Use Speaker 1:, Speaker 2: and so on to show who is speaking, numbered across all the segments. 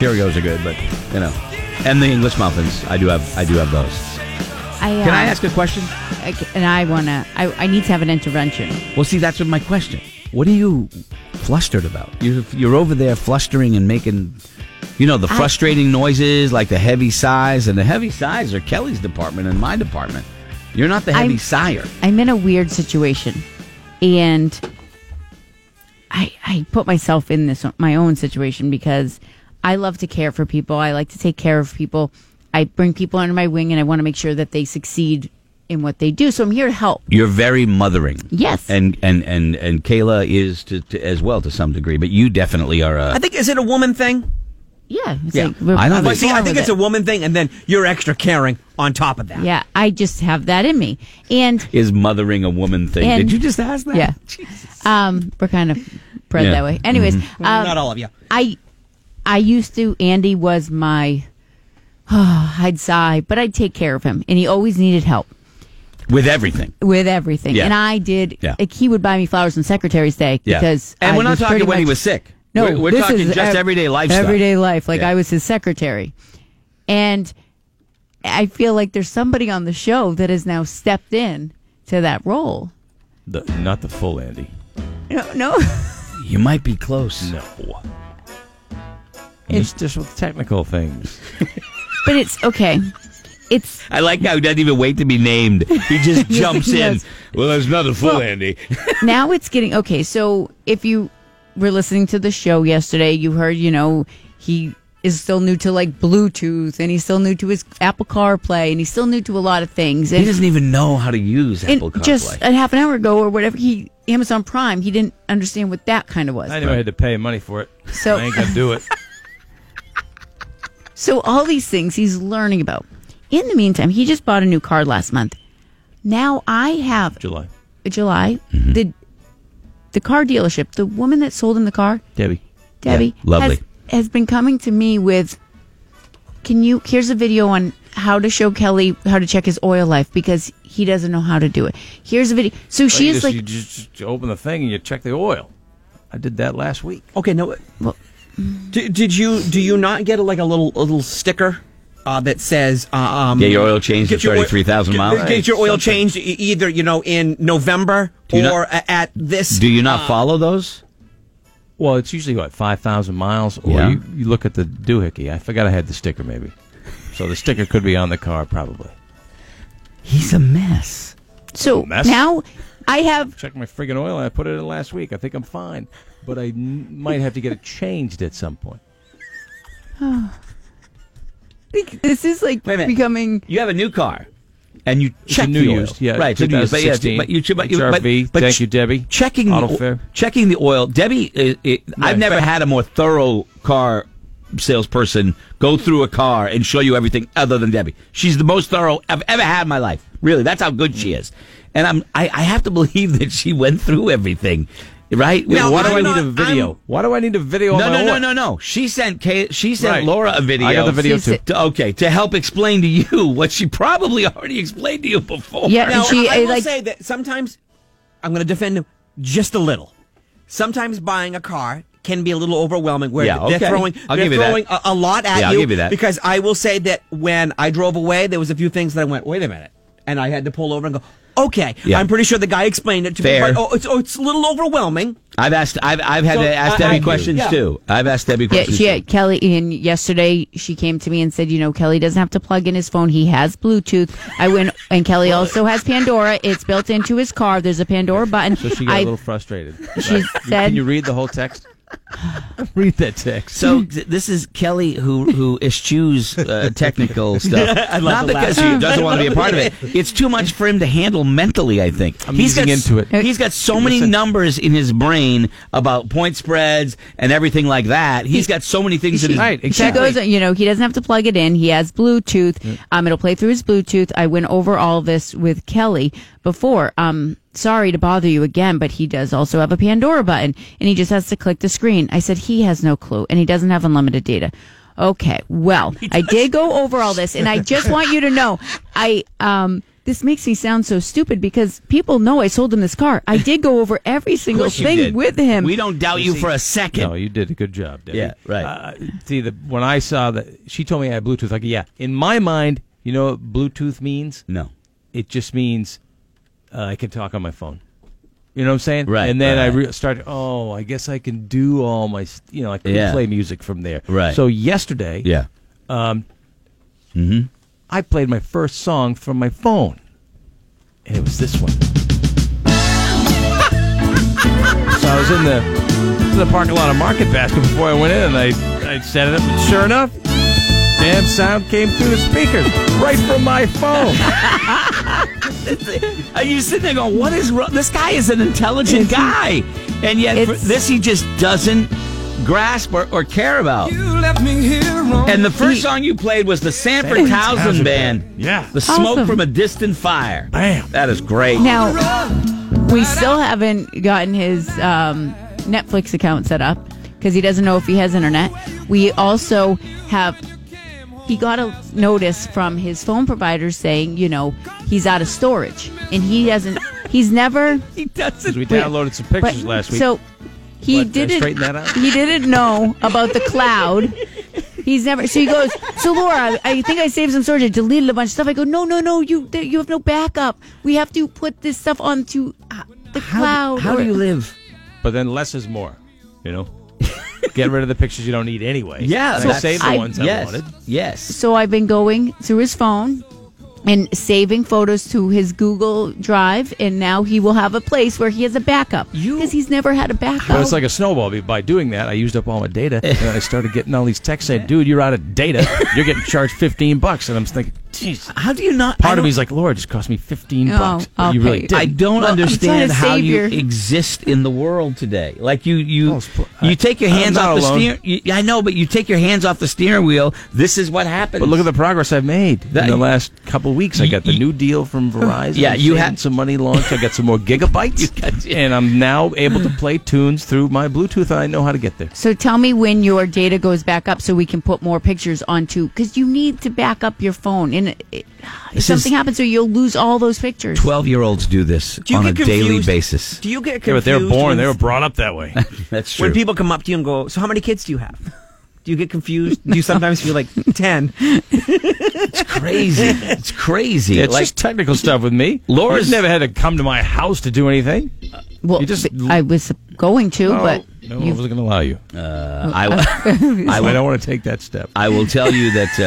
Speaker 1: Doritos are good, but you know, and the English muffins. I do have I do have those.
Speaker 2: I, uh,
Speaker 1: Can I ask a question?
Speaker 2: I- and I wanna. I, I need to have an intervention.
Speaker 1: Well, see, that's what my question. What are you flustered about? You're, you're over there flustering and making, you know, the
Speaker 2: I-
Speaker 1: frustrating noises like the heavy sighs, and the heavy sighs are Kelly's department and my department. You're not the heavy
Speaker 2: I'm-
Speaker 1: sire.
Speaker 2: I'm in a weird situation, and I I put myself in this my own situation because I love to care for people. I like to take care of people. I bring people under my wing, and I want to make sure that they succeed in what they do. So I'm here to help.
Speaker 1: You're very mothering.
Speaker 2: Yes.
Speaker 1: And and and and Kayla is to, to as well to some degree, but you definitely are
Speaker 3: I
Speaker 1: a.
Speaker 3: think is it a woman thing?
Speaker 2: Yeah, it's
Speaker 1: Yeah.
Speaker 2: like we're-
Speaker 1: I don't
Speaker 2: we're
Speaker 1: think-
Speaker 3: See, I
Speaker 2: born
Speaker 3: think
Speaker 2: with
Speaker 3: it's
Speaker 2: it.
Speaker 3: a woman thing, and then you're extra caring on top of that.
Speaker 2: Yeah, I just have that in me, and
Speaker 1: Is mothering a woman thing?
Speaker 2: And-
Speaker 1: Did you just ask that?
Speaker 2: yeah, um, we're kind of bred
Speaker 1: Yeah. Mm-hmm.
Speaker 2: that way. Anyways, um,
Speaker 3: Not all of you.
Speaker 2: I I used to Andy was my I'd sigh, but I'd take care of him and he always needed help
Speaker 1: With everything.
Speaker 2: with everything.
Speaker 1: Yeah.
Speaker 2: And I did
Speaker 1: Yeah.
Speaker 2: like he would buy me flowers on Secretary's Day
Speaker 1: Yeah.
Speaker 2: because
Speaker 1: and
Speaker 2: I
Speaker 1: we're not
Speaker 2: was
Speaker 1: talking
Speaker 2: pretty
Speaker 1: when he
Speaker 2: much-
Speaker 1: was sick.
Speaker 2: No,
Speaker 1: we're, we're
Speaker 2: this
Speaker 1: talking
Speaker 2: is
Speaker 1: just
Speaker 2: ev-
Speaker 1: everyday life. stuff.
Speaker 2: Everyday life. Like
Speaker 1: Yeah.
Speaker 2: I was his secretary. And I feel like there's somebody on the show that has now stepped in to that role.
Speaker 4: The, not the full Andy.
Speaker 2: No, no.
Speaker 1: You might be close.
Speaker 4: No. It's just with technical things.
Speaker 2: but it's okay. It's
Speaker 1: I like how he doesn't even wait to be named. He just jumps in.
Speaker 2: Yes.
Speaker 1: Well, there's nothing full, Andy.
Speaker 2: now it's getting okay. So if you were listening to the show yesterday, you heard, you know, he is still new to like Bluetooth and he's still new to his Apple CarPlay and he's still new to a lot of things.
Speaker 1: he
Speaker 2: And,
Speaker 1: doesn't even know how to use
Speaker 2: and
Speaker 1: Apple CarPlay.
Speaker 2: just uh, a half an hour ago or whatever, he Amazon Prime, he didn't understand what that kind of was.
Speaker 4: I knew I had to pay money for it.
Speaker 2: So-
Speaker 4: I ain't gonna do it.
Speaker 2: So all these things he's learning about. In the meantime, he just bought a new car last month. Now I have
Speaker 4: July.
Speaker 2: July the the car dealership, the woman that sold him the car,
Speaker 4: Debbie.
Speaker 2: Debbie,
Speaker 1: Yeah, lovely.
Speaker 2: Has, has been coming to me with, can you? Here's a video on how to show Kelly how to check his oil life because he doesn't know how to do it. Here's a video. So she
Speaker 4: you
Speaker 2: is
Speaker 4: just,
Speaker 2: like,
Speaker 4: you just you open the thing and you check the oil. I did that last week.
Speaker 3: Okay, no.
Speaker 2: Well-
Speaker 3: Did, did you do you not get like a little a little sticker uh, that says uh, um,
Speaker 1: Get your oil changed
Speaker 3: get
Speaker 1: at
Speaker 3: your oil-
Speaker 1: 33,000
Speaker 3: get-
Speaker 1: miles?
Speaker 3: Get your oil
Speaker 4: Something.
Speaker 3: changed e- either you know in November
Speaker 1: Do you not-
Speaker 3: or a- at this. uh,
Speaker 1: Do you
Speaker 2: uh,
Speaker 1: not follow those?
Speaker 4: Well, it's usually what five thousand miles, or
Speaker 1: Yeah.
Speaker 4: you, you look at the doohickey. I forgot I had the sticker, maybe. So the sticker could be on the car, probably.
Speaker 1: He's a mess.
Speaker 2: so
Speaker 4: mess.
Speaker 2: now I have
Speaker 4: Checked my friggin' oil. I put it in last week. I think I'm fine, but I n- might have to get it changed at some point.
Speaker 2: this is like
Speaker 1: Wait a minute.
Speaker 2: becoming.
Speaker 1: You have a new car, and you
Speaker 4: It's
Speaker 1: check
Speaker 4: a new
Speaker 1: the oil.
Speaker 4: used, yeah,
Speaker 1: right. it's a new used, but yeah,
Speaker 4: 2016.
Speaker 1: but you, but you-
Speaker 4: HRV.
Speaker 1: but- but
Speaker 4: Thank
Speaker 1: ch-
Speaker 4: you, Debbie.
Speaker 1: Checking
Speaker 4: Auto
Speaker 1: the, o-
Speaker 4: fair.
Speaker 1: checking the oil. Debbie, i i I've
Speaker 4: Right.
Speaker 1: never had a more thorough car salesperson go through a car and show you everything other than Debbie. She's the most thorough I've ever had in my life. Really, that's how good she is. And I'm I, I have to believe that she went through everything, right?
Speaker 3: Now,
Speaker 1: Why
Speaker 4: Why do
Speaker 3: I'm
Speaker 4: i
Speaker 3: not-
Speaker 4: need a video?
Speaker 3: I'm-
Speaker 4: Why do I need a video?
Speaker 1: No,
Speaker 4: on
Speaker 1: no,
Speaker 4: my
Speaker 1: no,
Speaker 4: oil?
Speaker 1: no, no. She sent Kay, she sent
Speaker 4: Right.
Speaker 1: Laura a video.
Speaker 4: I got the video
Speaker 2: She's- too.
Speaker 1: To- okay, to help explain to you what she probably already explained to you before.
Speaker 2: Yeah,
Speaker 3: Now,
Speaker 2: She-
Speaker 3: I, I
Speaker 1: eh,
Speaker 2: I
Speaker 3: will
Speaker 2: like-
Speaker 3: say that sometimes I'm going to defend him just a little. Sometimes buying a car can be a little overwhelming where
Speaker 1: Yeah, okay.
Speaker 3: they're throwing,
Speaker 1: I'll
Speaker 3: they're
Speaker 1: give you that.
Speaker 3: throwing a, a lot at
Speaker 1: Yeah, I'll
Speaker 3: you.
Speaker 1: give you that.
Speaker 3: Because I will say that when I drove away, there was a few things that I went, wait a minute. And I had to pull over and go, okay,
Speaker 1: Yeah.
Speaker 3: I'm pretty sure the guy explained it to
Speaker 1: Fair.
Speaker 3: me. But, oh, it's, oh, it's a little overwhelming.
Speaker 1: I've asked. I've I've had
Speaker 3: So,
Speaker 1: to ask
Speaker 3: I-
Speaker 1: Debbie
Speaker 3: I-
Speaker 1: questions
Speaker 3: yeah.
Speaker 1: too. I've asked Debbie
Speaker 2: Yeah,
Speaker 1: questions.
Speaker 2: she had
Speaker 1: too.
Speaker 2: Kelly and yesterday she came to me and said, you know, Kelly doesn't have to plug in his phone. He has Bluetooth. I went and Kelly also has Pandora. It's built into his car. There's a Pandora button.
Speaker 4: So she got
Speaker 2: I-
Speaker 4: a little frustrated.
Speaker 2: She
Speaker 4: Like,
Speaker 2: said-
Speaker 4: "Can you read the whole text? read that text.
Speaker 1: So th- this is Kelly who who eschews uh, technical stuff. Not
Speaker 3: the
Speaker 1: because
Speaker 3: laugh.
Speaker 1: he doesn't want to be a part of it. It's too much for him to handle mentally. I think
Speaker 4: I'm
Speaker 1: he's got
Speaker 4: easing
Speaker 1: s-
Speaker 4: into it.
Speaker 1: He's got so many
Speaker 4: Listen.
Speaker 1: numbers in his brain about point spreads and everything like that. He's got so many things in his
Speaker 4: Right,
Speaker 2: She
Speaker 4: exactly.
Speaker 2: goes, you know, he doesn't have to plug it in. He has Bluetooth. Um, it'll play through his Bluetooth. I went over all this with Kelly before. Um, sorry to bother you again, but he does also have a Pandora button and he just has to click the screen. I said, he has no clue and he doesn't have unlimited data. Okay. Well, I did go over all this, and I just want you to know, I um, this makes me sound so stupid because people know I sold him this car. I did go over every single
Speaker 1: course you
Speaker 2: thing
Speaker 1: did.
Speaker 2: with him.
Speaker 1: We don't doubt you for a second.
Speaker 4: No, you did a good job, Debbie.
Speaker 1: Yeah, right.
Speaker 4: Uh, see, the, when I saw that, she told me I had Bluetooth. Like, yeah, in my mind, you know what Bluetooth means?
Speaker 1: No.
Speaker 4: It just means uh, I can talk on my phone. You know what I'm saying?
Speaker 1: Right,
Speaker 4: And then I
Speaker 1: right.
Speaker 4: re- start. Oh, I guess I can do all my. s- You know, I can
Speaker 1: Yeah.
Speaker 4: play music from there.
Speaker 1: Right.
Speaker 4: So yesterday,
Speaker 1: Yeah.
Speaker 4: I played my first song from my phone, and it was this one. so I was in the in the parking lot of Market Basket before I went in, and I I set it up, and sure enough, damn sound came through the speakers right from my phone.
Speaker 1: Are you sitting there going, "What is wrong? This guy is an intelligent guy, and yet for
Speaker 2: It's-
Speaker 1: this he just doesn't grasp or, or care about." And the first song you played was the Sanford Towson Band,
Speaker 4: Yeah.
Speaker 1: "The Smoke
Speaker 2: Awesome.
Speaker 1: from a Distant Fire."
Speaker 4: Bam.
Speaker 1: that is great.
Speaker 2: Now, we still haven't gotten his um, Netflix account set up because he doesn't know if he has internet. We also have. He got a notice from his phone provider saying, you know, he's out of storage and he hasn't, he's never.
Speaker 1: he doesn't.
Speaker 4: We downloaded some pictures
Speaker 2: but-
Speaker 4: last week.
Speaker 2: So he
Speaker 4: What, I
Speaker 2: didn't.
Speaker 4: straightened that out?
Speaker 2: He didn't know about the cloud. He's never. So he goes. So Laura, I think I saved some storage. I deleted a bunch of stuff. I go, no, no, no. You there- you have no backup. We have to put this stuff onto uh, the cloud.
Speaker 1: How do
Speaker 2: or-
Speaker 1: you live?
Speaker 4: but then less is more, you know. Get rid of the pictures you don't need anyway.
Speaker 1: Yeah,
Speaker 4: And I
Speaker 1: that's-
Speaker 4: save the
Speaker 2: I-
Speaker 4: ones I
Speaker 1: yes,
Speaker 4: wanted.
Speaker 1: yes.
Speaker 2: So I've been going through his phone and saving photos to his Google Drive, and now he will have a place where he has a backup
Speaker 1: You-
Speaker 2: because he's never had a backup.
Speaker 4: But it's like a snowball. Be- By doing that, I used up all my data, and I started getting all these texts saying, "Dude, you're out of data. You're getting charged fifteen bucks." And I'm thinking, "Jeez."
Speaker 1: How do you not? I
Speaker 4: Part of
Speaker 1: don't-
Speaker 4: me's like, "Laura, it just cost me fifteen
Speaker 2: Oh,
Speaker 4: bucks." But
Speaker 2: I'll
Speaker 4: you really
Speaker 2: pay.
Speaker 4: did.
Speaker 1: I don't
Speaker 2: Well, I'm trying
Speaker 1: understand
Speaker 2: to
Speaker 1: how
Speaker 2: save
Speaker 1: you
Speaker 2: your-
Speaker 1: exist in the world today. Like you, you,
Speaker 4: Oh, it's pl-
Speaker 1: you
Speaker 4: I-
Speaker 1: take your
Speaker 4: I'm
Speaker 1: hands
Speaker 4: not
Speaker 1: off the
Speaker 4: alone.
Speaker 1: steer. You, I know, but you take your hands off the steering wheel. This is what happens.
Speaker 4: But look at the progress I've made
Speaker 1: That-
Speaker 4: in the last couple of weeks. I
Speaker 1: You-
Speaker 4: got the
Speaker 1: you-
Speaker 4: new deal from Verizon.
Speaker 1: Yeah,
Speaker 4: I'm
Speaker 1: you
Speaker 4: saving
Speaker 1: had-
Speaker 4: some money launched. I got some more gigabytes, and I'm now able to play tunes through my Bluetooth, and I know how to get there.
Speaker 2: So tell me when your data goes back up so we can put more pictures onto because you need to back up your phone and it- it, if
Speaker 1: This
Speaker 2: something
Speaker 1: is-
Speaker 2: happens or you'll lose all those pictures.
Speaker 1: twelve-year-olds do this
Speaker 3: Do you
Speaker 1: on a
Speaker 3: get confused?
Speaker 1: daily basis.
Speaker 3: Do you get confused?
Speaker 4: Yeah, but they were born.
Speaker 3: when-
Speaker 4: They were brought up that way.
Speaker 1: That's true.
Speaker 3: when people come up to you and go, "So how many kids do you have?" Do you get confused? Do you sometimes feel like ten?
Speaker 1: it's crazy. It's crazy.
Speaker 4: it's
Speaker 1: like
Speaker 4: just technical stuff with me.
Speaker 1: Laura's-
Speaker 4: Laura's never had to come to my house to do anything.
Speaker 2: well,
Speaker 4: you just-
Speaker 2: I was going to, Oh, but
Speaker 4: no, I
Speaker 2: you-
Speaker 4: wasn't going to allow you.
Speaker 1: I, will- I
Speaker 4: I,
Speaker 1: will.
Speaker 4: don't want to take that step.
Speaker 1: I will tell you that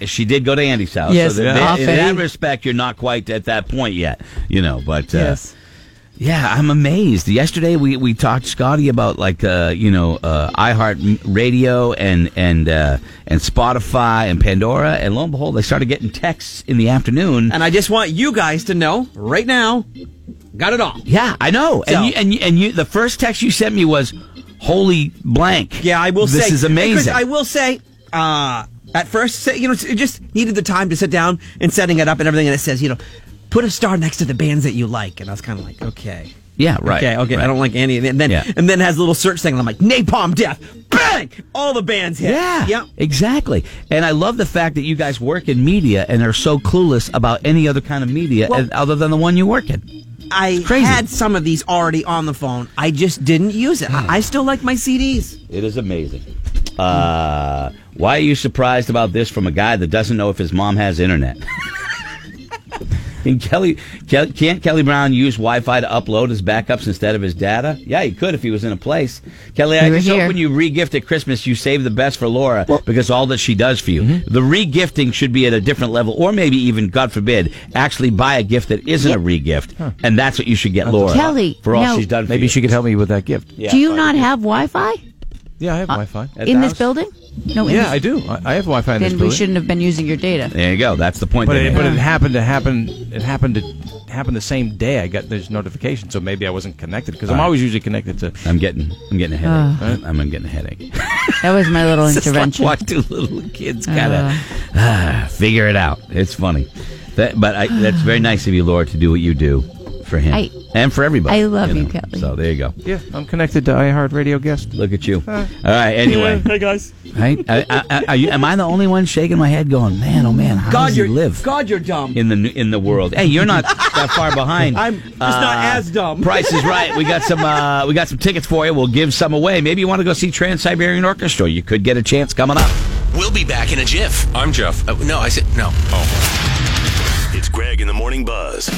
Speaker 1: uh, uh, she did go to Andy's house.
Speaker 2: Yes,
Speaker 1: so that, that- in
Speaker 2: often.
Speaker 1: that respect, you're not quite at that point yet, you know. But uh,
Speaker 2: Yes.
Speaker 1: Yeah, I'm amazed. Yesterday we, we talked Scotty about like uh, you know uh, iHeart Radio and and uh, and Spotify and Pandora, and lo and behold, they started getting texts in the afternoon.
Speaker 3: And I just want you guys to know right now, got it all.
Speaker 1: Yeah, I know.
Speaker 3: So-
Speaker 1: And you, and you, and you, the first text you sent me was, "Holy blank."
Speaker 3: Yeah, I will
Speaker 1: This
Speaker 3: say
Speaker 1: is
Speaker 3: Because
Speaker 1: amazing.
Speaker 3: I will say, uh, at first, say, you know, it just needed the time to sit down and setting it up and everything. And it says, you know, put a star next to the bands that you like. And I was kind of like, okay.
Speaker 1: yeah, right.
Speaker 3: Okay, okay.
Speaker 1: right.
Speaker 3: I don't like any. And then,
Speaker 1: Yeah.
Speaker 3: and then it has a little search thing. And I'm like, Napalm Death, bang! All the bands hit.
Speaker 1: Yeah.
Speaker 3: Yep.
Speaker 1: Exactly. And I love the fact that you guys work in media and are so clueless about any other kind of media
Speaker 3: Well-
Speaker 1: and- other than the one you work in.
Speaker 3: I
Speaker 1: crazy.
Speaker 3: had some of these already on the phone. I just didn't use it.
Speaker 1: Hmm.
Speaker 3: I, I still like my CDs.
Speaker 1: It is amazing. Uh, why are you surprised about this from a guy that doesn't know if his mom has internet? and Kelly, Kel, can't Kelly Brown use Wi-Fi to upload his backups instead of his data? Yeah, he could if he was in a place. Kelly, I
Speaker 2: We were
Speaker 1: just
Speaker 2: here.
Speaker 1: hope when you regift at Christmas, you save the best for Laura because all that she does for you. The regifting should be at a different level, or maybe even, God forbid, actually buy a gift that isn't a regift, and that's what you should get Laura
Speaker 2: Kelly,
Speaker 1: for all
Speaker 2: now-
Speaker 1: she's done. For
Speaker 4: Maybe
Speaker 1: you.
Speaker 4: she could help me with that gift.
Speaker 1: Yeah,
Speaker 2: do you
Speaker 1: fine.
Speaker 2: not have Wi-Fi
Speaker 4: Yeah, I have Wi-Fi.
Speaker 1: At
Speaker 2: in
Speaker 1: the
Speaker 2: this
Speaker 1: house?
Speaker 2: building? No. In
Speaker 4: Uh, Yeah,
Speaker 2: this,
Speaker 4: I do. I, I have Wi-Fi in
Speaker 2: Then
Speaker 4: this
Speaker 2: we
Speaker 4: building.
Speaker 2: shouldn't have been using your data.
Speaker 1: There you go. That's the point.
Speaker 4: But
Speaker 1: they
Speaker 4: it,
Speaker 1: made.
Speaker 4: but it happened to happen. It happened to happen the same day. I got this notification, so maybe I wasn't connected because I'm
Speaker 1: Right.
Speaker 4: always usually connected to.
Speaker 1: I'm getting, I'm getting a headache.
Speaker 2: Uh.
Speaker 1: I'm, I'm getting a headache.
Speaker 2: That was my little
Speaker 1: It's just like
Speaker 2: intervention.
Speaker 1: watch two little kids
Speaker 2: Uh.
Speaker 1: kind of ah, figure it out. It's funny, that, but I, that's very nice of you, Laura, to do what you do for him.
Speaker 2: I
Speaker 1: and for everybody.
Speaker 2: I love you, Kelly.
Speaker 1: So there you go.
Speaker 4: Yeah, I'm connected to iHeartRadio guest.
Speaker 1: Look at you. All right. Anyway,
Speaker 4: Hey guys.
Speaker 1: right? I, I, I, are you, am I the only one shaking my head, going, "Man, oh man, how
Speaker 3: God,
Speaker 1: does he
Speaker 3: you're
Speaker 1: live
Speaker 3: God, you're dumb.
Speaker 1: in the in the world?" Hey, you're not that far behind. Uh,
Speaker 3: I'm just not as dumb.
Speaker 1: Price is right. We got some. Uh, we got some tickets for you. We'll give some away. Maybe you want to go see Trans Siberian Orchestra. You could get a chance coming up.
Speaker 5: We'll be back in a jiff.
Speaker 6: I'm Jeff.
Speaker 5: Oh, no, I said no.
Speaker 6: Oh.
Speaker 5: It's Greg in the Morning Buzz.